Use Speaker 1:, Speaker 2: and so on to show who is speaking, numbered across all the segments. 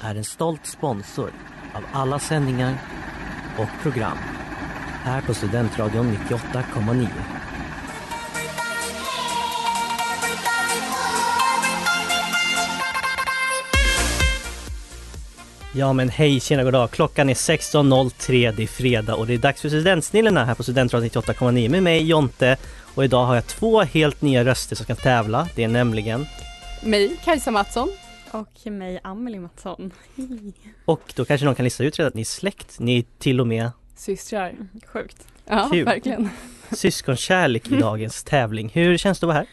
Speaker 1: är en stolt sponsor av alla sändningar och program här på Studentradion 98,9. Ja men hej, tjena, goddag. Klockan är 16.03, det är fredag och det är dags för Studentsnillena här på Studentradion 98,9 med mig Jonte och idag har jag två helt nya röster som ska tävla. Det är nämligen
Speaker 2: Mig, Kajsa Mattsson.
Speaker 3: Och mig, Amelie Mattsson.
Speaker 1: Och då kanske någon kan lista ut redan att ni är släkt, ni är till och med
Speaker 4: Systrar.
Speaker 3: Sjukt.
Speaker 2: Ja,
Speaker 1: Kul.
Speaker 2: verkligen.
Speaker 1: syskonkärlek i dagens tävling. Hur känns det att vara här?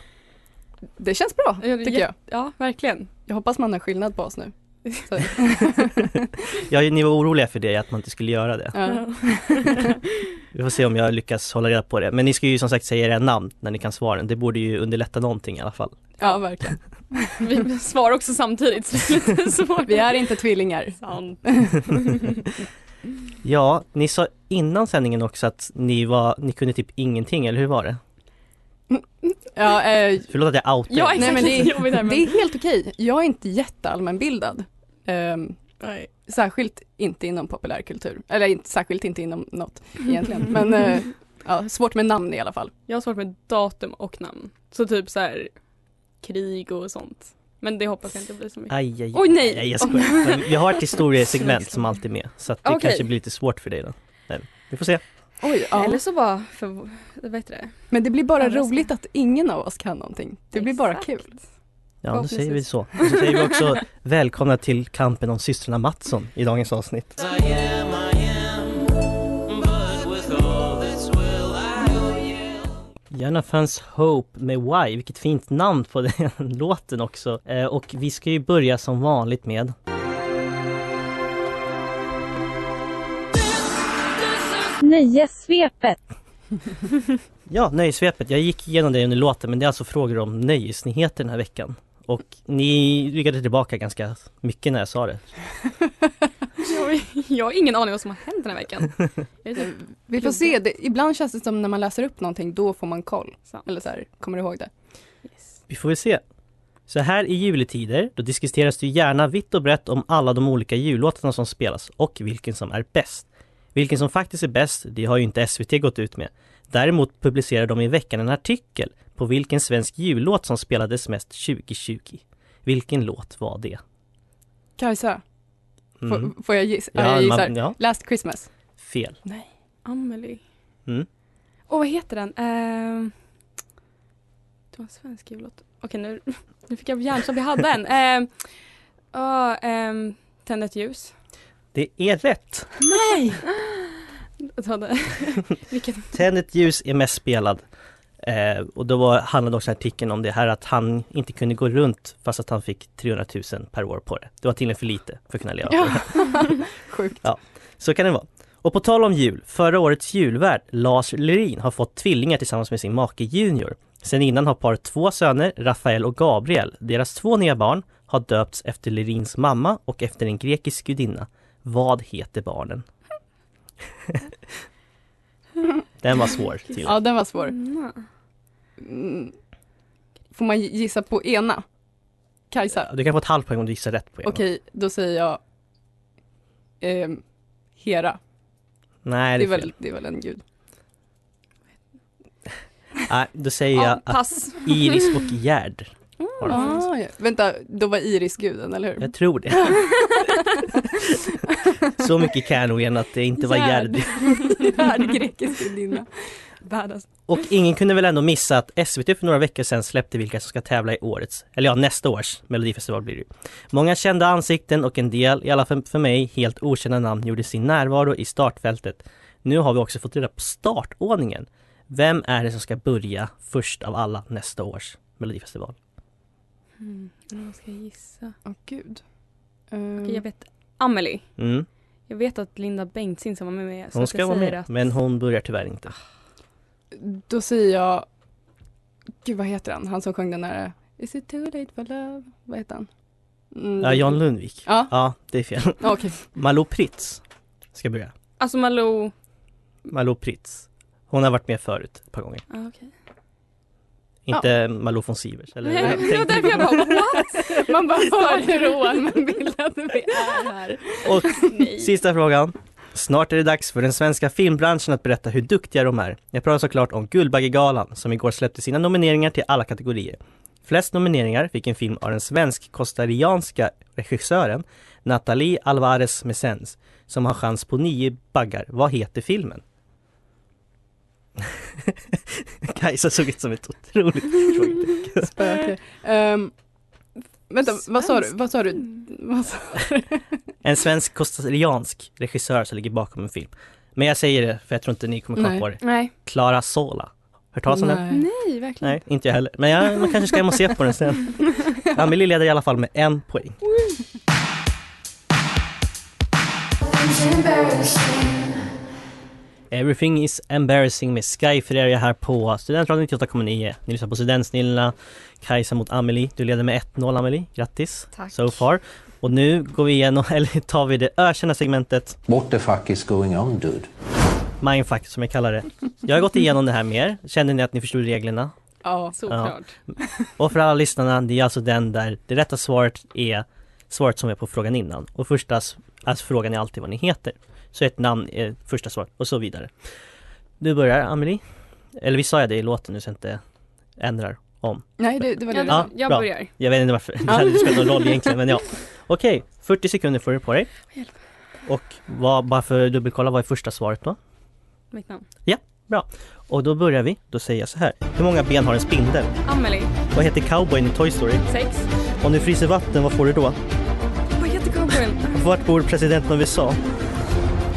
Speaker 2: Det känns bra,
Speaker 3: Ja, det är
Speaker 2: tycker jag.
Speaker 3: Ja, verkligen.
Speaker 2: Jag hoppas man har skillnad på oss nu. Så,
Speaker 1: Ja, ni var oroliga för det, att man inte skulle göra det.
Speaker 2: ja.
Speaker 1: Vi får se om jag lyckas hålla reda på det. Men ni ska ju som sagt säga era namn när ni kan svaren. Det borde ju underlätta någonting i alla fall.
Speaker 2: ja, verkligen.
Speaker 3: Vi svarar också samtidigt så det är lite svårt.
Speaker 2: Vi är inte tvillingar.
Speaker 3: Sant.
Speaker 1: Ja, ni sa innan sändningen också att ni, var, ni kunde typ ingenting, eller hur var det?
Speaker 2: Ja, eh,
Speaker 1: Förlåt att jag outar
Speaker 3: Ja,
Speaker 2: Nej,
Speaker 1: er.
Speaker 3: exakt.
Speaker 2: men det är-
Speaker 3: lite jobbigt här, men-
Speaker 2: det är helt okej. Jag är inte jätteallmänbildad. Ehm,
Speaker 3: Nej.
Speaker 2: särskilt inte inom populärkultur. Eller inte, särskilt inte inom något egentligen. Men eh, ja, svårt med namn i alla fall.
Speaker 3: Jag har svårt med datum och namn. Så typ så här krig och sånt. Men det hoppas jag inte blir så mycket.
Speaker 1: Aj, aj, aj.
Speaker 3: Oj, nej.
Speaker 1: jag skojar. Men Vi har ett historiesegment som alltid är med, så att det
Speaker 3: Okej.
Speaker 1: kanske blir lite svårt för dig då. Nej, vi får se.
Speaker 2: Oj, ja.
Speaker 5: Eller så bara för, vad heter det?
Speaker 2: Men det blir bara
Speaker 5: Överraskning.
Speaker 2: roligt att ingen av oss kan någonting. Det blir bara
Speaker 5: Exakt.
Speaker 2: kul.
Speaker 1: Ja, då säger vi
Speaker 5: Förhoppningsvis.
Speaker 1: så. Och så säger vi också välkomna till kampen om systrarna Mattsson i dagens avsnitt. Gärna fanns Hope med Why, vilket fint namn på den låten också. Eh, och vi ska ju börja som vanligt med
Speaker 6: Nöjessvepet.
Speaker 1: Ja, nöjesvepet. Jag gick igenom det under låten men det är alltså frågor om nöjesnyheter den här veckan. Och ni ryggade tillbaka ganska mycket när jag sa det.
Speaker 3: Jag, jag har ingen aning vad som har hänt den här veckan. Jag är typ
Speaker 2: Vi får se, det, ibland känns det som när man läser upp någonting, då får man koll.
Speaker 3: sant.
Speaker 2: Eller så här, kommer du ihåg det?
Speaker 3: Yes.
Speaker 1: Vi får väl se. Så här i juletider, då diskuteras det ju gärna vitt och brett om alla de olika jullåtarna som spelas och vilken som är bäst. Vilken som faktiskt är bäst, det har ju inte SVT gått ut med. Däremot publicerar de i veckan en artikel på vilken svensk jullåt som spelades mest 2020. Vilken låt var det?
Speaker 2: Kajsa,
Speaker 1: Mm.
Speaker 2: får, får jag gissa? Ja,
Speaker 1: Ja,
Speaker 2: jag gissar.
Speaker 1: man, ja,
Speaker 2: Last Christmas.
Speaker 1: fel.
Speaker 3: Amelie.
Speaker 1: Mm.
Speaker 3: Och vad heter den? Ehm, det var en svensk jullåt. Okej nu, nu fick jag hjärnsläpp, jag hade en. Ehm, ja, ehm, Tänd ett ljus.
Speaker 1: Det är rätt!
Speaker 3: Jag tar det. Vilken?
Speaker 1: Tänd ett ljus är mest spelad. Eh, och då var, handlade också artikeln om det här att han inte kunde gå runt fast att han fick 300 000 per år på det. Det var tydligen för lite för att kunna leva på det.
Speaker 2: Sjukt.
Speaker 1: Så kan det vara. Och på tal om jul, förra årets julvärd Lars Lerin har fått tvillingar tillsammans med sin make Junior. Sen innan har paret två söner, Rafael och Gabriel. Deras två nya barn har döpts efter Lerins mamma och efter en grekisk gudinna. Vad heter barnen? Den var svår. Till.
Speaker 2: Ja, den var svår.
Speaker 3: Anna.
Speaker 2: Mm. Får man gissa på ena? Kajsa?
Speaker 1: Du kan få ett halvt poäng om du gissar rätt på en.
Speaker 2: Okej, då säger jag ehm, Hera.
Speaker 1: Nej,
Speaker 2: Det
Speaker 1: det
Speaker 2: är,
Speaker 1: är fel.
Speaker 2: väl, det är väl en gud.
Speaker 1: Nej, då säger jag
Speaker 3: Ja,
Speaker 1: att
Speaker 3: pass. Mm.
Speaker 1: Iris och Gerd har de fått.
Speaker 2: Ah, ja. Vänta, då var Iris guden, eller hur?
Speaker 1: Jag tror det. Så mycket kan jag nog igen att det inte var Gerd.
Speaker 2: Gerd. Gerd, grekisk gudinna.
Speaker 3: Världens.
Speaker 1: Och ingen kunde väl ändå missa att SVT för några veckor sedan släppte vilka som ska tävla i årets, eller ja nästa års melodifestival blir det ju. Många kända ansikten och en del, i alla fall för mig, helt okända namn gjorde sin närvaro i startfältet. Nu har vi också fått reda på startordningen. Vem är det som ska börja först av alla nästa års melodifestival?
Speaker 3: Mm, vad ska jag gissa?
Speaker 2: Åh gud. Ehm,
Speaker 3: Okej, jag vet Amelie.
Speaker 1: Mm,
Speaker 3: Jag vet att Linda Bengtzing som var med mig. så
Speaker 1: hon
Speaker 3: att
Speaker 1: ska
Speaker 3: jag
Speaker 1: vara
Speaker 3: säger
Speaker 1: med,
Speaker 3: Att,
Speaker 1: men hon börjar tyvärr inte.
Speaker 2: Då säger jag, gud vad heter han, han som sjöng den där Is it too late for love? Vad heter han? Mm.
Speaker 1: Ja, Jan Lundvik.
Speaker 2: Ja,
Speaker 1: Ja, det är fel.
Speaker 2: ja, okej.
Speaker 1: Malou Pritz ska börja.
Speaker 3: Alltså Malou.
Speaker 1: Malou Pritz. Hon har varit med förut ett par gånger.
Speaker 3: Ah, okay.
Speaker 1: Inte Malou von Sivers. Eller,
Speaker 3: Nej,
Speaker 1: jag
Speaker 3: det var
Speaker 1: tänkte-
Speaker 3: därför jag bara what? Man bara
Speaker 2: Stark
Speaker 3: hör
Speaker 2: roan,
Speaker 3: men vill att vi är här.
Speaker 1: Och
Speaker 3: Nej.
Speaker 1: sista frågan. Snart är det dags för den svenska filmbranschen att berätta hur duktiga de är. Jag pratar såklart om Guldbaggegalan som igår släppte sina nomineringar till alla kategorier. Flest nomineringar fick en film av den svensk-kostarianska regissören Nathalie Alvarez Messens som har chans på nio baggar. Vad heter filmen? Kajsa såg ut som ett otroligt frågetecken.
Speaker 2: Spöke. Ehm, vänta, vad sa du? Vad sa du?
Speaker 3: Mm.
Speaker 2: Vad sa
Speaker 1: En svensk kostariansk regissör som ligger bakom en film. Men jag säger det för jag tror inte ni kommer komma
Speaker 2: Nej.
Speaker 1: på det.
Speaker 3: Nej.
Speaker 1: Clara Sola. Hört talas om den?
Speaker 3: Nej, verkligen.
Speaker 1: Nej, inte jag heller. Men jag, man kanske ska hem och se på den sen. Amelie leder i alla fall med en poäng. Everything is embarrassing med Sky Ferreria här på Studentradion 98,9. Ni lyssnar på Studentsnillena, Kajsa mot Amelie. Du leder med 1-0 Amelie, grattis!
Speaker 5: Tack.
Speaker 1: So far. Och nu går vi igenom, eller tar vi det ökända segmentet
Speaker 6: What the fuck is going on, dude?
Speaker 1: mindfuck som jag kallar det. Jag har gått igenom det här med er. Känner ni att ni förstod reglerna?
Speaker 2: Ja.
Speaker 5: Såklart.
Speaker 1: Och för alla lyssnarna, det är alltså den där det rätta svaret är svaret som är på frågan innan. Och första s- alltså frågan är alltid vad ni heter. Så ett namn är första svaret och så vidare. Du börjar Amelie. Eller vi sa jag det i låten nu så jag inte ändrar.
Speaker 2: Nej, det, det var
Speaker 3: Ja,
Speaker 2: det.
Speaker 3: det-
Speaker 1: Ja,
Speaker 3: jag
Speaker 1: bra.
Speaker 3: börjar.
Speaker 1: Jag vet inte varför det hade inte spelat någon roll egentligen men ja. Okej, 40 sekunder får du på dig.
Speaker 3: Hjälp.
Speaker 1: Och vad, bara för att dubbelkolla, vad är första svaret då?
Speaker 3: Mitt namn.
Speaker 1: Och då börjar vi, då säger jag så här. Hur många ben har en spindel?
Speaker 3: Amelie.
Speaker 1: Vad heter cowboyn i Toy Story?
Speaker 3: Sex.
Speaker 1: Om du fryser vatten, vad får du då?
Speaker 3: Vad heter cowboyen?
Speaker 1: Vart bor presidenten av USA?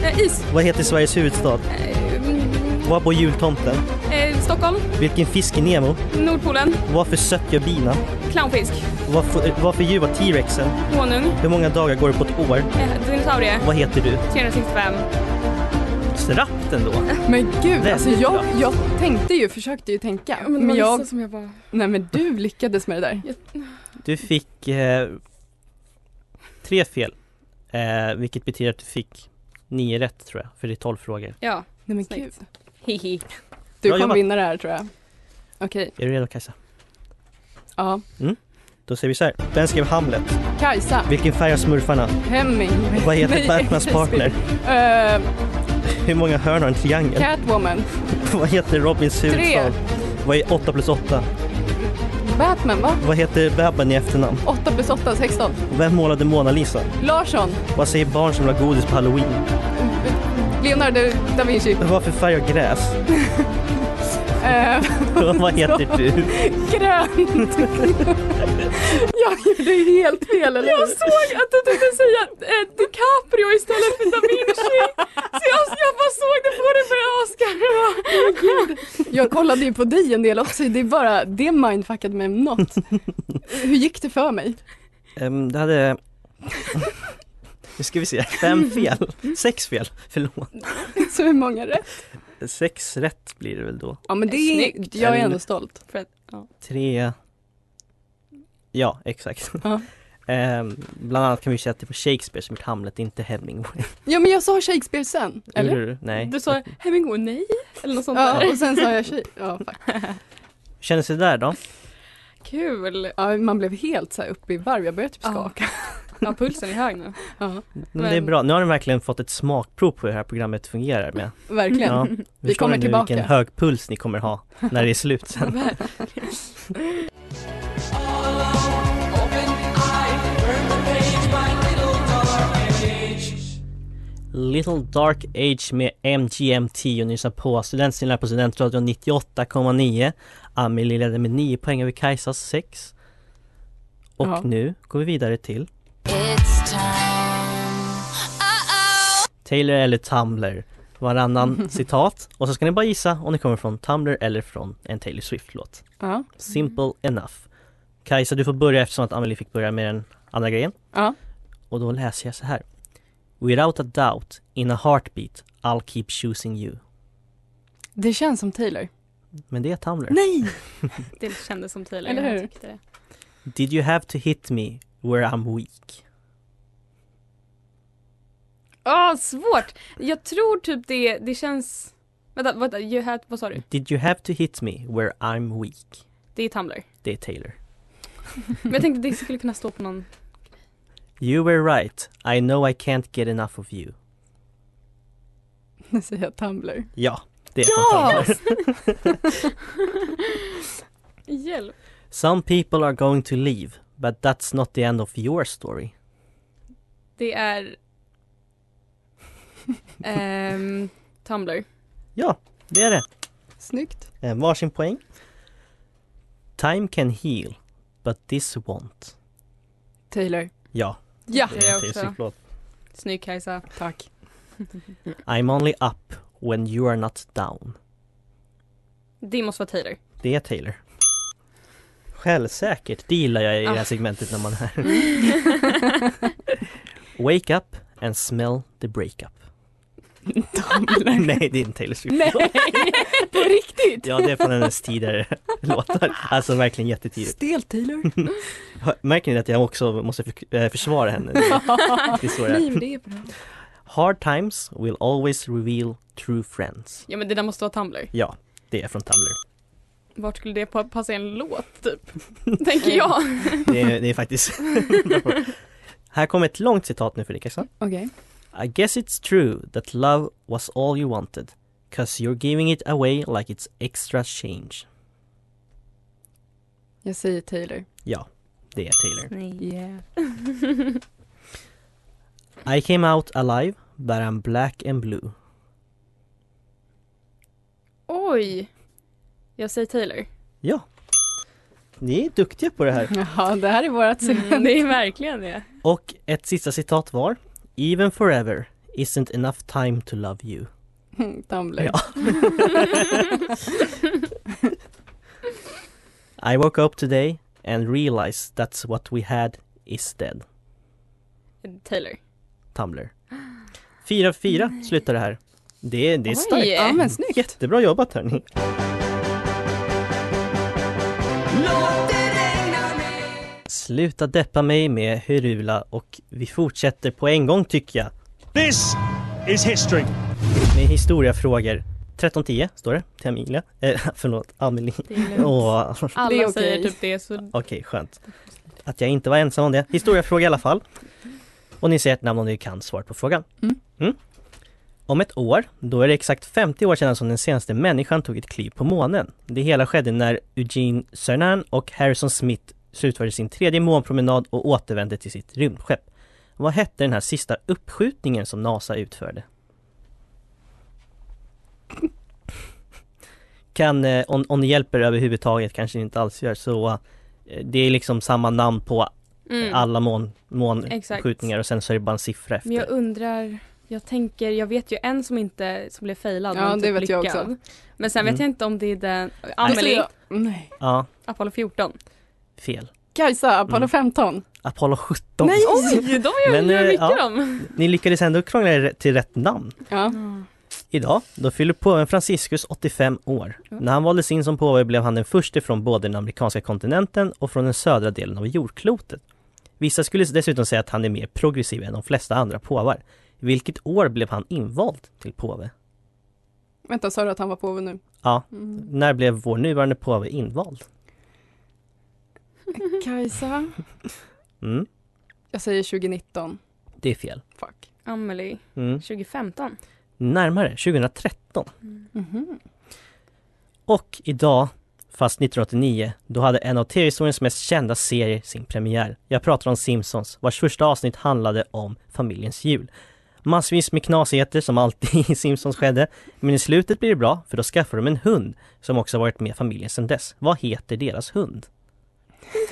Speaker 3: Eh, is.
Speaker 1: Vad heter Sveriges huvudstad?
Speaker 3: Eh, mm,
Speaker 1: Var bor jultomten?
Speaker 3: eh, Stockholm.
Speaker 1: Vilken fisk är Nemo?
Speaker 3: Nordpolen.
Speaker 1: Varför sött gör bina?
Speaker 3: Clownfisk.
Speaker 1: Vad för, vad för djur var T-rexen?
Speaker 3: Honung.
Speaker 1: Hur många dagar går det på ett år?
Speaker 3: Eh, dinosaurie.
Speaker 1: Vad heter du?
Speaker 3: 365.
Speaker 1: Strapp ändå!
Speaker 2: Men gud,
Speaker 1: Väldigt
Speaker 2: alltså jag,
Speaker 1: bra.
Speaker 2: jag tänkte ju, försökte ju tänka.
Speaker 5: Ja,
Speaker 2: men jag,
Speaker 5: som jag bara...
Speaker 2: nej men du lyckades med det där.
Speaker 1: Du fick eh, tre fel. Eh, vilket betyder att du fick nio rätt tror jag, för det är tolv frågor.
Speaker 3: Ja.
Speaker 2: Nej men gud.
Speaker 3: Snyggt. Hihi.
Speaker 2: Du
Speaker 1: Bra
Speaker 2: kommer
Speaker 1: jobbat.
Speaker 2: vinna det här tror jag. Okej,
Speaker 1: Är du redo Kajsa?
Speaker 2: ja.
Speaker 1: Då säger vi så här. Vem skrev Hamlet?
Speaker 2: Kajsa,
Speaker 1: Vilken färg har smurfarna?
Speaker 2: Hemming.
Speaker 1: Vad heter
Speaker 2: Nej,
Speaker 1: Batmans partner?
Speaker 2: eh,
Speaker 1: Hur många hörn har en triangel?
Speaker 2: Catwoman,
Speaker 1: Vad heter Robins huvudstad? Vad är 8 plus 8?
Speaker 2: Batman va?
Speaker 1: Vad heter Babben i efternamn?
Speaker 2: 8 plus 8, 16.
Speaker 1: Vem målade Mona Lisa?
Speaker 2: Larsson,
Speaker 1: Vad säger barn som la godis på halloween?
Speaker 2: Leonardo da Vinci.
Speaker 1: Vad för färg har gräs?
Speaker 2: Eh,
Speaker 1: Vad heter du?
Speaker 2: grönt. jag gjorde helt fel eller
Speaker 3: Jag såg att du tänkte säga eh, DiCaprio istället för Da Vinci. Så jag, jag bara såg det på dig för Oscar.
Speaker 2: Jag kollade ju på dig en del också, det är bara, det mindfuckade mig om något. Hur gick det för mig?
Speaker 1: Um, det hade... Nu ska vi se, fem fel? Sex fel? Förlåt.
Speaker 2: Så hur många rätt?
Speaker 1: Sex rätt blir det väl då?
Speaker 2: Ja men det är,
Speaker 3: Snyggt.
Speaker 2: jag är ändå stolt.
Speaker 3: För att, ja.
Speaker 1: Tre... Ja, exakt.
Speaker 2: Ja.
Speaker 1: Ehm, bland annat kan vi säga att det var Shakespeare som gjort Hamlet, inte Hemingway.
Speaker 2: Ja men jag sa Shakespeare sen, eller?
Speaker 1: Gjorde du? Nej.
Speaker 3: Du sa Hemingway nej, eller något sånt där.
Speaker 2: Ja och sen sa jag tjej. Ja, fuck.
Speaker 1: Hur kändes det där då?
Speaker 3: Kul!
Speaker 2: ja man blev helt så här uppe i varv, jag började typ
Speaker 3: Ja.
Speaker 2: skaka.
Speaker 3: Ja, pulsen är hög nu.
Speaker 2: Ja,
Speaker 1: Men det är
Speaker 3: Men-
Speaker 1: bra, nu har ni verkligen fått ett smakprov på hur det här programmet fungerar med.
Speaker 2: verkligen.
Speaker 1: Ja,
Speaker 2: Vi
Speaker 1: förstår
Speaker 2: kommer
Speaker 1: nu
Speaker 2: tillbaka.
Speaker 1: vilken hög puls ni kommer ha när det är slut sen. Little Dark Age med MGMT och ni lyssnar på Studentsnillar på Studentradion 98,9. Amelie leder med 9 poäng över Kajsas 6. Och
Speaker 2: Ja.
Speaker 1: nu går vi vidare till
Speaker 7: It's time. Uh-oh.
Speaker 1: Taylor eller Tumblr. Varannan citat och så ska ni bara gissa om det kommer från Tumblr eller från en Taylor Swift-låt.
Speaker 2: Ja.
Speaker 1: Simple
Speaker 2: Mm.
Speaker 1: enough. Kajsa du får börja eftersom att Amelie fick börja med den andra grejen.
Speaker 2: Ja.
Speaker 1: Och då läser jag så här. Without a doubt, in a heartbeat, I'll keep choosing you.
Speaker 2: Det känns som Taylor.
Speaker 1: Men det är Tumblr.
Speaker 2: Nej!
Speaker 3: Det kändes som Taylor.
Speaker 2: Eller
Speaker 3: jag
Speaker 2: hur?
Speaker 3: tyckte det.
Speaker 1: Did you have to hit me where I'm weak?
Speaker 3: Åh, svårt! Jag tror typ det, det känns... Vänta, vänta, you had, vad sa du?
Speaker 1: Did you have to hit me where I'm weak?
Speaker 3: Det är Tumblr.
Speaker 1: Det är Taylor.
Speaker 3: Men jag tänkte det skulle kunna stå på någon...
Speaker 1: You were right, I know I can't get enough of you.
Speaker 2: Nu säger jag Tumblr.
Speaker 1: Ja, det är från Tumblr.
Speaker 3: Hjälp!
Speaker 1: Some people are going to leave, but that's not the end of your story.
Speaker 3: Det är... Ehm... Tumblr.
Speaker 1: Ja, det är det.
Speaker 2: Snyggt.
Speaker 1: Eh, Varsin poäng. Time can heal, but this won't.
Speaker 2: Taylor.
Speaker 1: Ja,
Speaker 2: Ja,
Speaker 1: Ah, det
Speaker 3: jag
Speaker 1: är en
Speaker 3: också.
Speaker 1: Taylor-låt.
Speaker 3: Snygg Kajsa.
Speaker 2: tack.
Speaker 1: I'm only up when you are not down.
Speaker 3: Det måste vara Taylor.
Speaker 1: Det är Taylor. Självsäkert, det gillar jag i det här segmentet när man är Wake up and smell the breakup.
Speaker 2: Tumblr.
Speaker 1: Nej, det är inte Taylor Swift.
Speaker 2: Nej, på riktigt?
Speaker 1: Ja, det är från hennes tidigare låtar. Alltså verkligen jättetidigt.
Speaker 2: Stel Taylor.
Speaker 1: Hör- Märker ni att jag också måste för- eh, försvara henne? Det är så det
Speaker 5: Nej
Speaker 1: är.
Speaker 5: men det är bra.
Speaker 1: Hard times will always reveal true friends.
Speaker 3: Ja men det där måste vara Tumblr.
Speaker 1: Ja, det är från Tumblr.
Speaker 3: Vart skulle det pa- passa i en låt typ? Tänker jag.
Speaker 1: Det är, det är faktiskt... Här kommer ett långt citat nu för dig, Kajsa.
Speaker 2: Okej.
Speaker 1: I guess it's true that love was all you wanted, cause you're giving it away like it's extra change.
Speaker 2: Jag säger Taylor.
Speaker 1: Ja, det är Taylor.
Speaker 2: Yeah.
Speaker 1: I came out alive, but I'm black and blue.
Speaker 3: Oj! Jag säger Taylor.
Speaker 1: Ja. Ni är duktiga på det här.
Speaker 2: Jaha, det här är vårat segment.
Speaker 3: det är verkligen det.
Speaker 1: Och ett sista citat var Even forever isn't enough time to love you.
Speaker 2: Tumblr.
Speaker 1: Ja. I woke up today and realized that's what we had is dead.
Speaker 3: Taylor.
Speaker 1: Tumblr. 4-4 slutar det här. Det, det är starkt.
Speaker 3: Oj!
Speaker 2: Ja, men snyggt.
Speaker 1: Jättebra jobbat hörni. Sluta deppa mig med Herula och vi fortsätter på en gång tycker jag.
Speaker 8: This is history.
Speaker 1: Med historiafrågor. 13.10 står det till Amelia. Eh, förlåt, Amelie.
Speaker 3: Det är lugnt.
Speaker 1: Åh,
Speaker 3: Alla
Speaker 2: Det är okej.
Speaker 3: säger typ det så...
Speaker 1: Okej, skönt. Att jag inte var ensam om det. Historiefråga i alla fall. Och ni säger ett namn om ni kan svaret på frågan.
Speaker 2: Mm.
Speaker 1: Om ett år, då är det exakt 50 år sedan som den senaste människan tog ett kliv på månen. Det hela skedde när Eugene Cernan och Harrison Smith slutförde sin tredje månpromenad och återvände till sitt rymdskepp. Vad hette den här sista uppskjutningen som NASA utförde? Kan, eh, om, om ni hjälper överhuvudtaget, kanske ni inte alls gör, så eh, det är liksom samma namn på
Speaker 3: Mm.
Speaker 1: alla mån,
Speaker 3: Exakt.
Speaker 1: månskjutningar och sen så är det bara en siffra efter.
Speaker 3: Men jag undrar, jag tänker, jag vet ju en som inte, som blev failad
Speaker 2: Ja,
Speaker 3: men
Speaker 2: det
Speaker 3: typ
Speaker 2: vet jag
Speaker 3: lyckad.
Speaker 2: också.
Speaker 3: Men sen
Speaker 1: Mm.
Speaker 3: vet jag inte om det är den,
Speaker 2: Då säger
Speaker 3: Amelie,
Speaker 2: jag- Alltså, Nej.
Speaker 1: Ja,
Speaker 3: Apollo 14.
Speaker 1: fel.
Speaker 2: Kajsa, Apollo
Speaker 1: Mm.
Speaker 2: 15.
Speaker 1: Apollo 17.
Speaker 3: Oj, de gör
Speaker 1: Men,
Speaker 3: men,
Speaker 1: eh,
Speaker 3: mycket
Speaker 1: ja.
Speaker 3: de.
Speaker 1: Ni lyckades ändå krångla er till rätt namn.
Speaker 2: Ja.
Speaker 3: Mm.
Speaker 1: Idag, då fyller påven Franciscus 85 år. När han valdes in som påve blev han den första från både den amerikanska kontinenten och från den södra delen av jordklotet. Vissa skulle dessutom säga att han är mer progressiv än de flesta andra påvar. Vilket år blev han invald till påve?
Speaker 2: Vänta, sa du att han var påve nu?
Speaker 1: Ja.
Speaker 2: Mm.
Speaker 1: När blev vår nuvarande påve invald?
Speaker 2: Kajsa.
Speaker 1: Mm,
Speaker 2: Jag säger 2019.
Speaker 1: det är fel.
Speaker 2: Fuck.
Speaker 3: Amelie,
Speaker 1: Mm.
Speaker 3: 2015.
Speaker 1: Närmare, 2013.
Speaker 2: Mhm.
Speaker 1: Och idag, fast 1989, då hade en av tv-historiens mest kända serier sin premiär. Jag pratar om Simpsons, vars första avsnitt handlade om familjens jul. Massvis med knasigheter som alltid i Simpsons skedde. Men i slutet blir det bra, för då skaffar de en hund som också har varit med familjen sedan dess. Vad heter deras hund?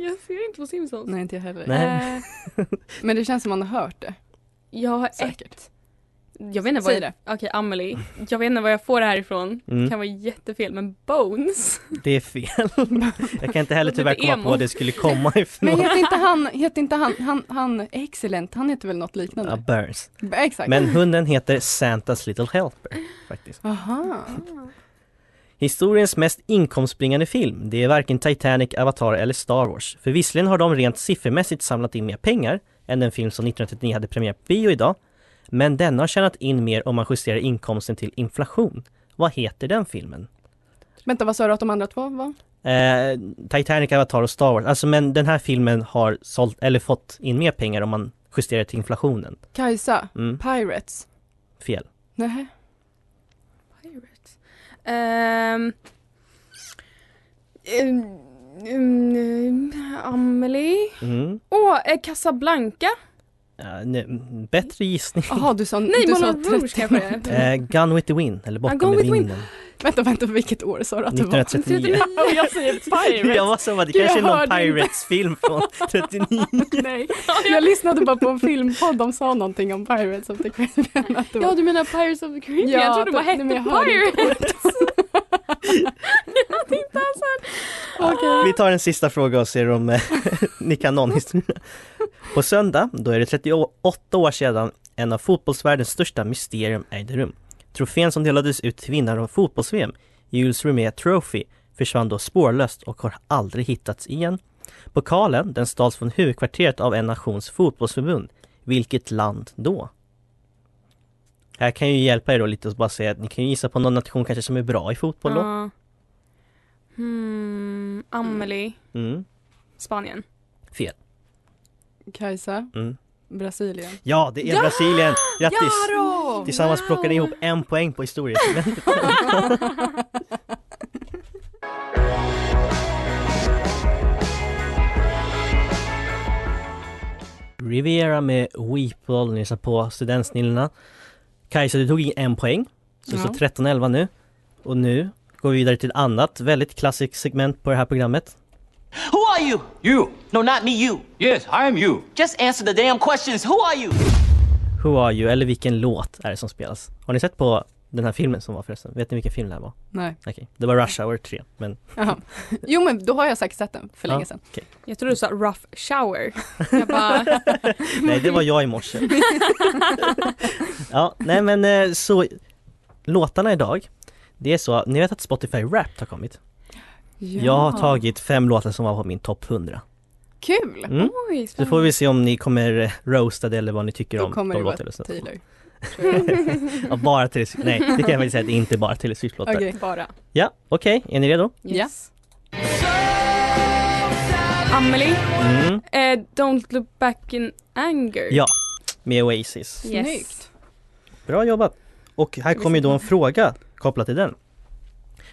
Speaker 3: jag ser inte på Simpsons.
Speaker 2: Nej, inte jag heller.
Speaker 1: Nej.
Speaker 3: Eh,
Speaker 2: Men det känns som man har hört det.
Speaker 3: jag har ett.
Speaker 2: Säkert.
Speaker 3: Jag vet inte vad
Speaker 2: Säg
Speaker 3: jag...
Speaker 2: det.
Speaker 3: Okej, Amelie. Jag vet inte var jag får det här ifrån.
Speaker 1: Mm.
Speaker 3: Det kan vara jättefel, men Bones.
Speaker 1: Det är fel. Jag kan inte heller
Speaker 3: Det blir
Speaker 1: tyvärr komma
Speaker 3: emo.
Speaker 1: på vad det skulle komma
Speaker 2: Men
Speaker 1: ifrån.
Speaker 2: heter inte han, heter inte han, han, han, excellent, han heter väl något
Speaker 1: Ja,
Speaker 2: liknande?
Speaker 1: Burns.
Speaker 2: B- Exakt.
Speaker 1: Men hunden heter Santas Little Helper. Faktiskt.
Speaker 2: Aha.
Speaker 1: Historiens mest inkomstbringande film, det är varken Titanic, Avatar eller Star Wars. För visserligen har de rent siffermässigt samlat in mer pengar än den film som 1939 hade premiär på bio idag. Men denna har tjänat in mer om man justerar inkomsten till inflation. Vad heter den filmen?
Speaker 2: Vänta, vad sa du att de andra två var?
Speaker 1: Eh, Titanic, Avatar och Star Wars. Alltså men den här filmen har sålt, eller fått in mer pengar om man justerar till inflationen.
Speaker 2: Kajsa,
Speaker 1: Mm,
Speaker 2: Pirates.
Speaker 1: fel.
Speaker 2: Nej.
Speaker 3: Pirates. Ehm, ehm, ehm, Amelie.
Speaker 1: Mm.
Speaker 3: Åh, eh, Casablanca.
Speaker 1: Eh, nu, bättre gissning.
Speaker 2: Jaha, du sa,
Speaker 3: Nej,
Speaker 2: du sa
Speaker 3: Moulin
Speaker 2: 30.
Speaker 3: Rouge kanske det är.
Speaker 1: Eh,
Speaker 2: Mm.
Speaker 1: Gun with the Wind, eller Bortom
Speaker 3: Gone
Speaker 1: med
Speaker 3: with the Wind.
Speaker 1: vinden.
Speaker 2: Vänta, vänta, vilket år sa du att det var?
Speaker 1: 1939.
Speaker 4: Och jag säger Pirates!
Speaker 1: Jag var så bara, det
Speaker 2: Gud, jag
Speaker 1: kanske är någon
Speaker 2: hörde inte.
Speaker 1: Pirates-film från 39.
Speaker 2: Nej, jag lyssnade bara på en filmpodd, de sa någonting om Pirates of the Caribbean. Att det
Speaker 3: Ja,
Speaker 2: var...
Speaker 3: du menar Pirates of the Caribbean?
Speaker 2: Ja,
Speaker 3: jag trodde det bara
Speaker 2: nej,
Speaker 3: hette
Speaker 2: men jag hörde inte
Speaker 3: Pirates. jag hade inte ens hört.
Speaker 1: Vi tar en sista fråga och ser om eh, ni kan någon historia. På söndag, då är det 38 år sedan en av fotbollsvärldens största mysterium ägde rum. Trofén som delades ut till vinnare av fotbolls-VM, Jules Rimet Trophy, försvann då spårlöst och har aldrig hittats igen. Pokalen, den stals från huvudkvarteret av en nations fotbollsförbund. Vilket land då? Här kan jag ju hjälpa er då lite och bara säga att ni kan ju gissa på någon nation kanske som är bra i fotboll då.
Speaker 3: Ja. Hmm, Amelie,
Speaker 1: Mm,
Speaker 3: Spanien.
Speaker 1: fel.
Speaker 2: Kajsa,
Speaker 1: Mm.
Speaker 2: Brasilien.
Speaker 1: Ja, det är
Speaker 3: Ja!
Speaker 1: Brasilien! Grattis!
Speaker 3: då!
Speaker 1: Tillsammans
Speaker 3: Wow.
Speaker 1: plockade ni ihop en poäng på historien. Riviera med Weeple, ni lyssnar på Studentsnillena. Kajsa, du tog in en poäng, så det
Speaker 2: Ja.
Speaker 1: står 13-11 nu. Och nu går vi vidare till ett annat väldigt klassiskt segment på det här programmet.
Speaker 9: Who are you? You. No, not me, you.
Speaker 8: Yes, I am you.
Speaker 9: Just answer the damn questions. Who are you?
Speaker 1: Who are you? Eller vilken låt är det som spelas? Har ni sett på den här filmen som var förresten? Vet ni vilken film det här var?
Speaker 2: Nej.
Speaker 1: Okej, det var Rush Hour 3, men
Speaker 2: Jaha. Jo men då har jag säkert sett den för
Speaker 1: Ja.
Speaker 2: länge sedan.
Speaker 3: Jag trodde du sa rough shower. Jag bara,
Speaker 1: Nej, det var jag i morse. ja, nej men eh, så låtarna idag. Det är så, ni vet att Spotify Wrapped har kommit? Jag har tagit fem låtar som var på min topp 100.
Speaker 2: Kul!
Speaker 1: Mm.
Speaker 3: oj,
Speaker 1: Så
Speaker 3: spännande.
Speaker 1: får vi se om ni kommer eh, roasta det eller vad ni tycker
Speaker 2: Då
Speaker 1: om
Speaker 2: kommer
Speaker 1: de
Speaker 2: det vara
Speaker 1: låtar jag lyssnat på.
Speaker 2: Taylor.
Speaker 1: ja, bara till Nej, det kan jag faktiskt säga att det inte är bara till Swift-låtar.
Speaker 2: Okej.
Speaker 3: Bara.
Speaker 1: Ja, okej, är ni redo?
Speaker 3: Yes. Amelie,
Speaker 1: Mm.
Speaker 3: eh, Don't look back in anger.
Speaker 1: Ja, med Oasis.
Speaker 3: Yes.
Speaker 2: Snyggt.
Speaker 1: Bra jobbat! Och här kommer ju då en fråga kopplat till den.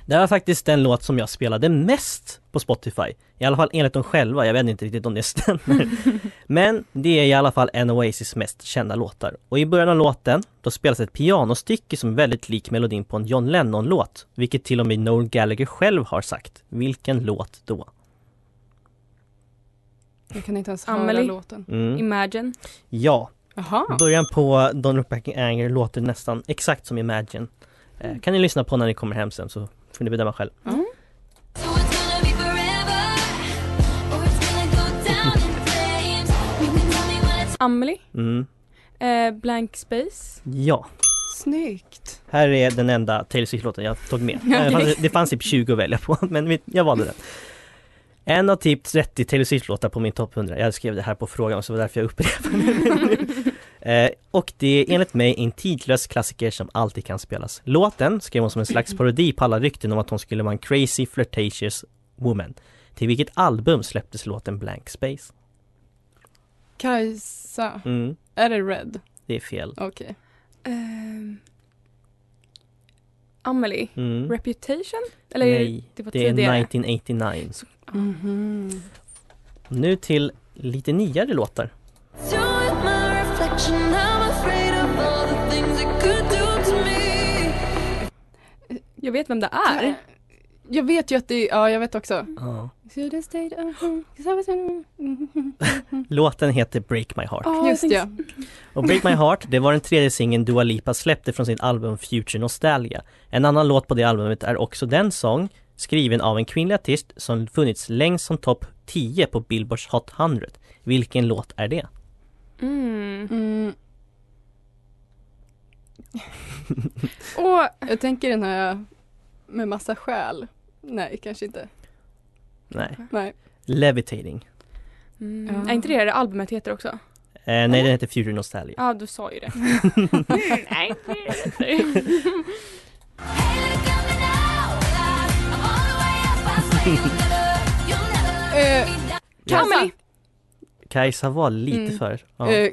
Speaker 1: Det här var faktiskt den låt som jag spelade mest på Spotify. I alla fall enligt dem själva, jag vet inte riktigt om det stämmer. Men det är i alla fall en Oasis mest kända låtar. Och i början av låten, då spelas ett pianostycke som är väldigt lik melodin på en John Lennon-låt. Vilket till och med Noel Gallagher själv har sagt. Vilken låt då?
Speaker 2: Jag kan inte ens höra
Speaker 3: Amelie.
Speaker 2: låten.
Speaker 1: Mm.
Speaker 3: Imagine.
Speaker 1: Ja,
Speaker 2: Jaha.
Speaker 1: Början på Don't Look Back in Anger låter nästan exakt som Imagine. Eh, kan ni lyssna på när ni kommer hem sen så får ni bedöma själv.
Speaker 7: So it's gonna be forever, or it's gonna go down in flames. You can tell me when it's
Speaker 3: Amelie,
Speaker 1: Mm.
Speaker 3: eh, Blank space.
Speaker 1: Ja,
Speaker 2: Snyggt.
Speaker 1: här är den enda Taylor Swift-låten jag tog med. Eh, fast Det fanns typ 20 att välja på, men vi- jag valde den. En av typ 30 Taylor Swift-låtar på min topp 100. Jag skrev det här på frågan så det var därför jag upprepar det. Eh, och det är enligt mig en tidlös klassiker som alltid kan spelas. Låten skrev hon som en slags parodi på alla rykten om att hon skulle vara en crazy flirtatious woman. Till vilket album släpptes låten Blank Space?
Speaker 2: Kajsa.
Speaker 1: Mm,
Speaker 2: Är det Red?
Speaker 1: det är fel.
Speaker 2: Okej.
Speaker 3: Ehm, Amelie,
Speaker 1: Mm.
Speaker 3: Reputation? Eller
Speaker 1: Nej,
Speaker 3: det var
Speaker 1: det är
Speaker 3: tidigare.
Speaker 1: 1989.
Speaker 2: Mhm.
Speaker 1: Nu till lite nyare låtar.
Speaker 7: through with my reflection, I'm afraid
Speaker 3: Jag vet vem det är.
Speaker 2: Jag vet ju att det är, ja jag vet också.
Speaker 1: Ja.
Speaker 2: Sweden State, mhm, mhm, mhm.
Speaker 1: Låten heter Break My Heart.
Speaker 2: Ja, Just det.
Speaker 1: Och Break My Heart, det var den tredje singeln Dua Lipa släppte från sitt album Future Nostalgia. En annan låt på det albumet är också den sång, skriven av en kvinnlig artist som funnits längst som topp 10 på Billboards Hot 100. Vilken låt är det?
Speaker 3: Mm.
Speaker 2: Mm.
Speaker 3: Och
Speaker 2: Jag tänker den här med massa skäl. Nej, kanske inte.
Speaker 1: Nej.
Speaker 2: Nej.
Speaker 1: Levitating.
Speaker 3: Mm. Är inte det det albumet heter också?
Speaker 1: Eh, nej, den heter Future Nostalgia.
Speaker 3: Ja, du sa ju det. Nej, inte det
Speaker 2: Eh,
Speaker 3: Camille!
Speaker 1: Kajsa var lite
Speaker 2: Mm.
Speaker 1: för... Ja.
Speaker 2: eh,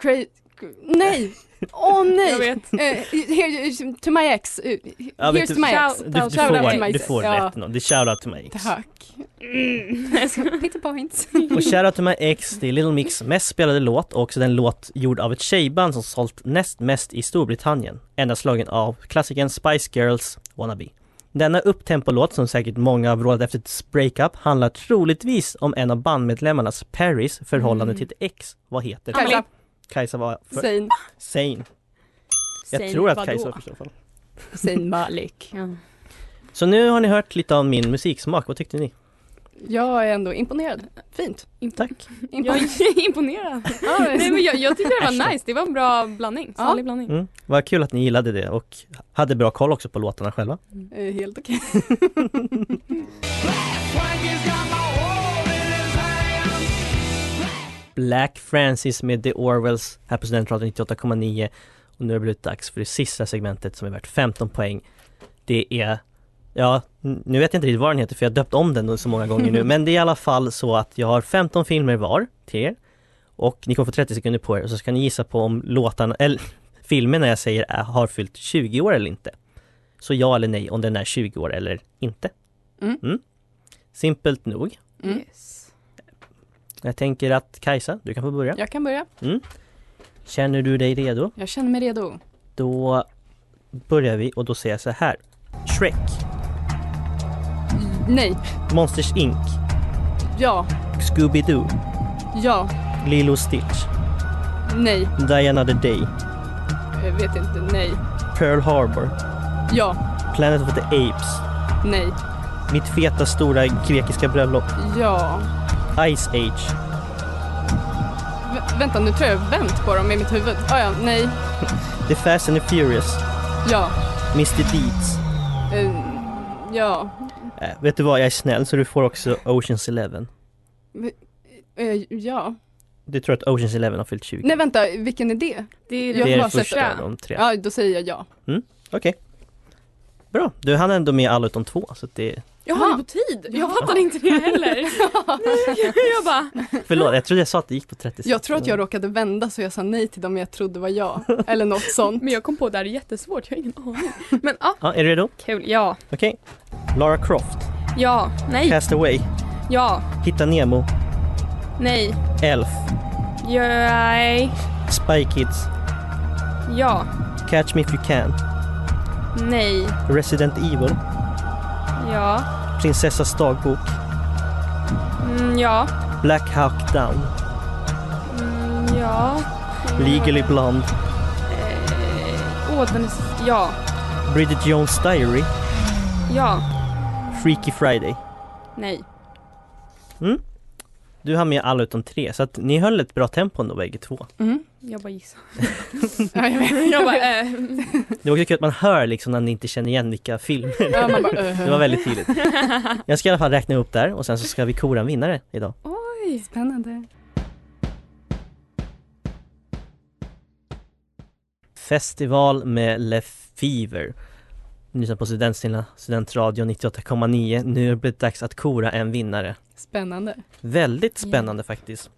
Speaker 2: cra- nej! Åh
Speaker 3: Jag
Speaker 2: nej!
Speaker 3: vet.
Speaker 2: Eh, here, to my ex. Eh,
Speaker 1: Ja, vet
Speaker 2: Here's to my ex.
Speaker 3: Shout-
Speaker 1: Du, du
Speaker 2: Shout out to
Speaker 1: får,
Speaker 2: my
Speaker 1: du
Speaker 2: ex.
Speaker 1: får
Speaker 2: Ja.
Speaker 1: rätt. ändå. Det är Shoutout to my ex.
Speaker 2: Tack.
Speaker 3: Mm,
Speaker 5: Lite points.
Speaker 1: Och Shoutout to my ex, det är Little Mix mest spelade låt och också den låt gjord av ett tjejband som sålt näst mest i Storbritannien. Endast slagen av klassikern Spice Girls Wannabe. Denna upptempo-låt som säkert många har vrålat efter ett breakup handlar troligtvis om en av bandmedlemmarnas Paris förhållande till ett ex. Vad heter det?
Speaker 2: Kajsa,
Speaker 1: Kajsa var för...
Speaker 2: Zayn,
Speaker 1: Sane. Jag
Speaker 3: Säg
Speaker 1: tror att
Speaker 3: vadå?
Speaker 1: Kajsa var först i alla fall.
Speaker 2: Zayn Malik.
Speaker 1: Så nu har ni hört lite om min musiksmak, vad tyckte ni?
Speaker 2: Jag är ändå imponerad. Fint.
Speaker 1: Tack!
Speaker 3: Jag är imponerad. Nej, men jag, jag tyckte det var nice, det var en bra blandning. Salig blandning.
Speaker 1: Mm. Vad kul att ni gillade det och hade bra koll också på låtarna själva.
Speaker 2: Eh, Helt okej.
Speaker 1: Black Francis med The Orwells här på Studentradion 98,9 och nu har det blivit dags för det sista segmentet som är värt 15 poäng. Det är, ja, n- nu vet jag inte riktigt vad den heter för jag har döpt om den så många gånger nu, men det är i alla fall så att jag har 15 filmer var till er och ni kommer få 30 sekunder på er och så ska ni gissa på om låtarna, eller filmerna jag säger är, har fyllt 20 år eller inte. Så ja eller nej om den är 20 år eller inte.
Speaker 2: Mm.
Speaker 1: Simpelt nog.
Speaker 2: Mm.
Speaker 3: Yes.
Speaker 1: Jag tänker att Kajsa, du kan få börja.
Speaker 2: Jag kan börja.
Speaker 1: Känner du dig redo?
Speaker 2: Jag känner mig redo.
Speaker 1: Då börjar vi och då säger jag så här. Shrek,
Speaker 2: Nej.
Speaker 1: Monsters Inc,
Speaker 2: Ja.
Speaker 1: Scooby-Doo,
Speaker 2: Ja.
Speaker 1: Lilo Stitch,
Speaker 2: Nej.
Speaker 1: Die Another Day,
Speaker 2: Jag vet inte. Nej.
Speaker 1: Pearl Harbor,
Speaker 2: Ja.
Speaker 1: Planet of the Apes,
Speaker 2: Nej.
Speaker 1: Mitt feta stora grekiska bröllop,
Speaker 2: Ja.
Speaker 1: Ice Age,
Speaker 2: Vä- vänta, nu tror jag jag vänt på dem i mitt huvud. Ah, ja. Nej.
Speaker 1: The Fast and the Furious,
Speaker 2: Ja.
Speaker 1: Mr Deeds.
Speaker 2: Eh, ja.
Speaker 1: Äh, vet du vad, jag är snäll så du får också Oceans Eleven.
Speaker 2: Eh, ja.
Speaker 1: Du tror att Oceans Eleven har fyllt 20?
Speaker 2: Nej, vänta. Vilken är det?
Speaker 3: Det är
Speaker 2: jag
Speaker 1: det är
Speaker 2: har
Speaker 1: den
Speaker 2: sett
Speaker 1: första av de tre.
Speaker 2: Ja, då säger jag ja.
Speaker 1: Okej. Bra, du hann ändå med alla utom två så att det...
Speaker 3: Jag har på tid! Jag fattade inte det heller. Nej, jag bara,
Speaker 1: Förlåt, jag trodde jag sa att det gick på 30
Speaker 2: Jag tror att jag råkade vända så jag sa nej till dem jag trodde var jag. Eller något sånt.
Speaker 3: men jag kom på det här är jättesvårt, jag har ingen aning. Men ja,
Speaker 1: Ja, är du redo?
Speaker 3: kul. Ja,
Speaker 1: Okej. Lara Croft,
Speaker 3: ja, nej,
Speaker 1: Cast Away,
Speaker 3: ja,
Speaker 1: Hitta Nemo,
Speaker 3: nej,
Speaker 1: Elf,
Speaker 3: nej,
Speaker 1: Spy Kids,
Speaker 3: ja,
Speaker 1: Catch Me If You Can,
Speaker 3: nej,
Speaker 1: Resident Evil,
Speaker 3: ja,
Speaker 1: Prinsessas dagbok,
Speaker 3: mm, ja,
Speaker 1: Black Hawk Down,
Speaker 3: mm, ja,
Speaker 1: Legally Blonde,
Speaker 3: åh den är, s- ja,
Speaker 1: Bridget Jones Diary,
Speaker 3: ja,
Speaker 1: Freaky Friday.
Speaker 3: nej.
Speaker 1: Du har med alla utom tre, så att ni höll ett bra tempo ändå bägge två.
Speaker 2: Mm.
Speaker 3: Jag bara gissar.
Speaker 2: Ja, jag vet.
Speaker 3: Jag bara, eh,
Speaker 1: Det var också kul att man hör liksom när ni inte känner igen vilka filmer.
Speaker 2: Ja, man bara,
Speaker 1: Det var väldigt tydligt. Jag ska i alla fall räkna upp där och sen så ska vi kora en vinnare idag.
Speaker 3: oj.
Speaker 2: Spännande.
Speaker 1: Festival med Le Fever. Ni lyssnar på Studentstilla, Studentradion 98,9. Nu är det blivit dags att kora en vinnare.
Speaker 2: Spännande.
Speaker 1: Väldigt spännande faktiskt.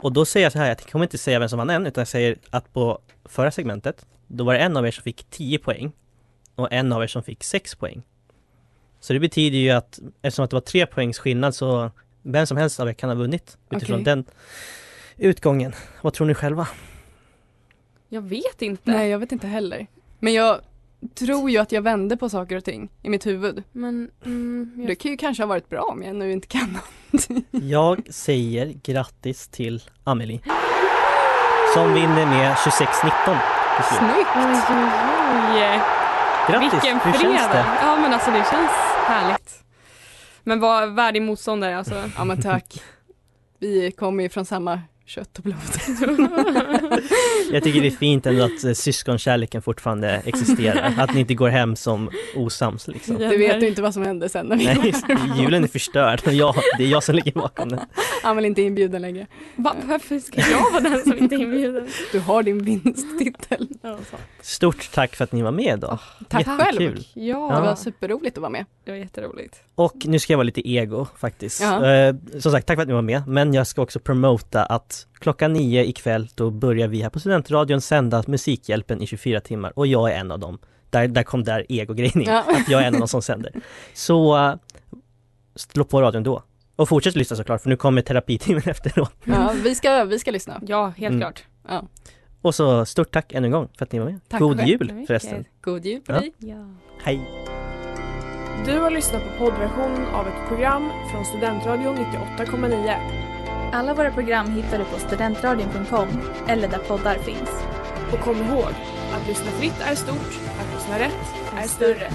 Speaker 1: Och då säger jag så här, jag kommer inte säga vem som vann än, utan jag säger att på förra segmentet, då var det en av er som fick 10 poäng och en av er som fick 6 poäng. Så det betyder ju att eftersom att det var 3 poängs skillnad så vem som helst av er kan ha vunnit utifrån
Speaker 2: Okej.
Speaker 1: den utgången. Vad tror ni själva?
Speaker 3: Jag vet inte.
Speaker 2: Nej, jag vet inte heller. Men jag, tror ju att jag vände på saker och ting i mitt huvud.
Speaker 3: Men mm,
Speaker 2: Det
Speaker 3: jag,
Speaker 2: kan ju kanske ha varit bra om jag nu inte kan någonting.
Speaker 1: Jag säger grattis till Amelie som vinner med 26-19 till slut.
Speaker 2: Snyggt!
Speaker 3: oj, oj, oj.
Speaker 1: Grattis!
Speaker 3: Vilken
Speaker 1: Hur känns det?
Speaker 3: fredag! Ja men alltså det känns härligt. Men vad värdig motståndare alltså.
Speaker 2: Ja men tack. Vi kommer ju från samma kött och blod.
Speaker 1: Jag tycker det är fint ändå att eh, syskonkärleken fortfarande existerar. Att ni inte går hem som osams liksom.
Speaker 2: Du vet ju inte vad som hände sen när vi
Speaker 1: Nej, just det. julen är förstörd och jag, det är jag som ligger bakom den.
Speaker 2: Han vill inte inbjuden längre.
Speaker 3: Va, varför ska jag vara den som inte är inbjuden?
Speaker 2: Du har din vinsttitel.
Speaker 1: Stort tack för att ni var med idag.
Speaker 2: Tack själv.
Speaker 1: Jättekul.
Speaker 2: Det var
Speaker 3: Ja,
Speaker 2: superroligt att vara med.
Speaker 3: det var jätteroligt.
Speaker 1: Och nu ska jag vara lite ego faktiskt.
Speaker 2: Ja.
Speaker 1: Eh, som sagt, tack för att ni var med. Men jag ska också promota att klockan nio ikväll då börjar vi här på Studentradion sända Musikhjälpen i 24 timmar och jag är en av dem. Där, där kom där egogrejen in.
Speaker 2: Ja.
Speaker 1: Att jag är en av dem som sänder. Så eh, slå på radion då. Och fortsätt lyssna såklart för nu kommer terapitimmen efteråt.
Speaker 2: Ja, vi, ska, vi ska lyssna.
Speaker 3: Ja, helt
Speaker 1: Mm.
Speaker 3: klart.
Speaker 2: Ja.
Speaker 1: Och så stort tack ännu en gång för att ni var med.
Speaker 2: Tack
Speaker 1: God
Speaker 2: själv.
Speaker 1: jul förresten.
Speaker 2: God jul på
Speaker 1: Ja.
Speaker 2: dig.
Speaker 1: Hej!
Speaker 4: Du har lyssnat på poddversionen av ett program från Studentradion 98,9.
Speaker 10: Alla våra program hittar du på studentradion.com eller där poddar finns.
Speaker 4: Och kom ihåg, att lyssna fritt är stort, att lyssna rätt är större.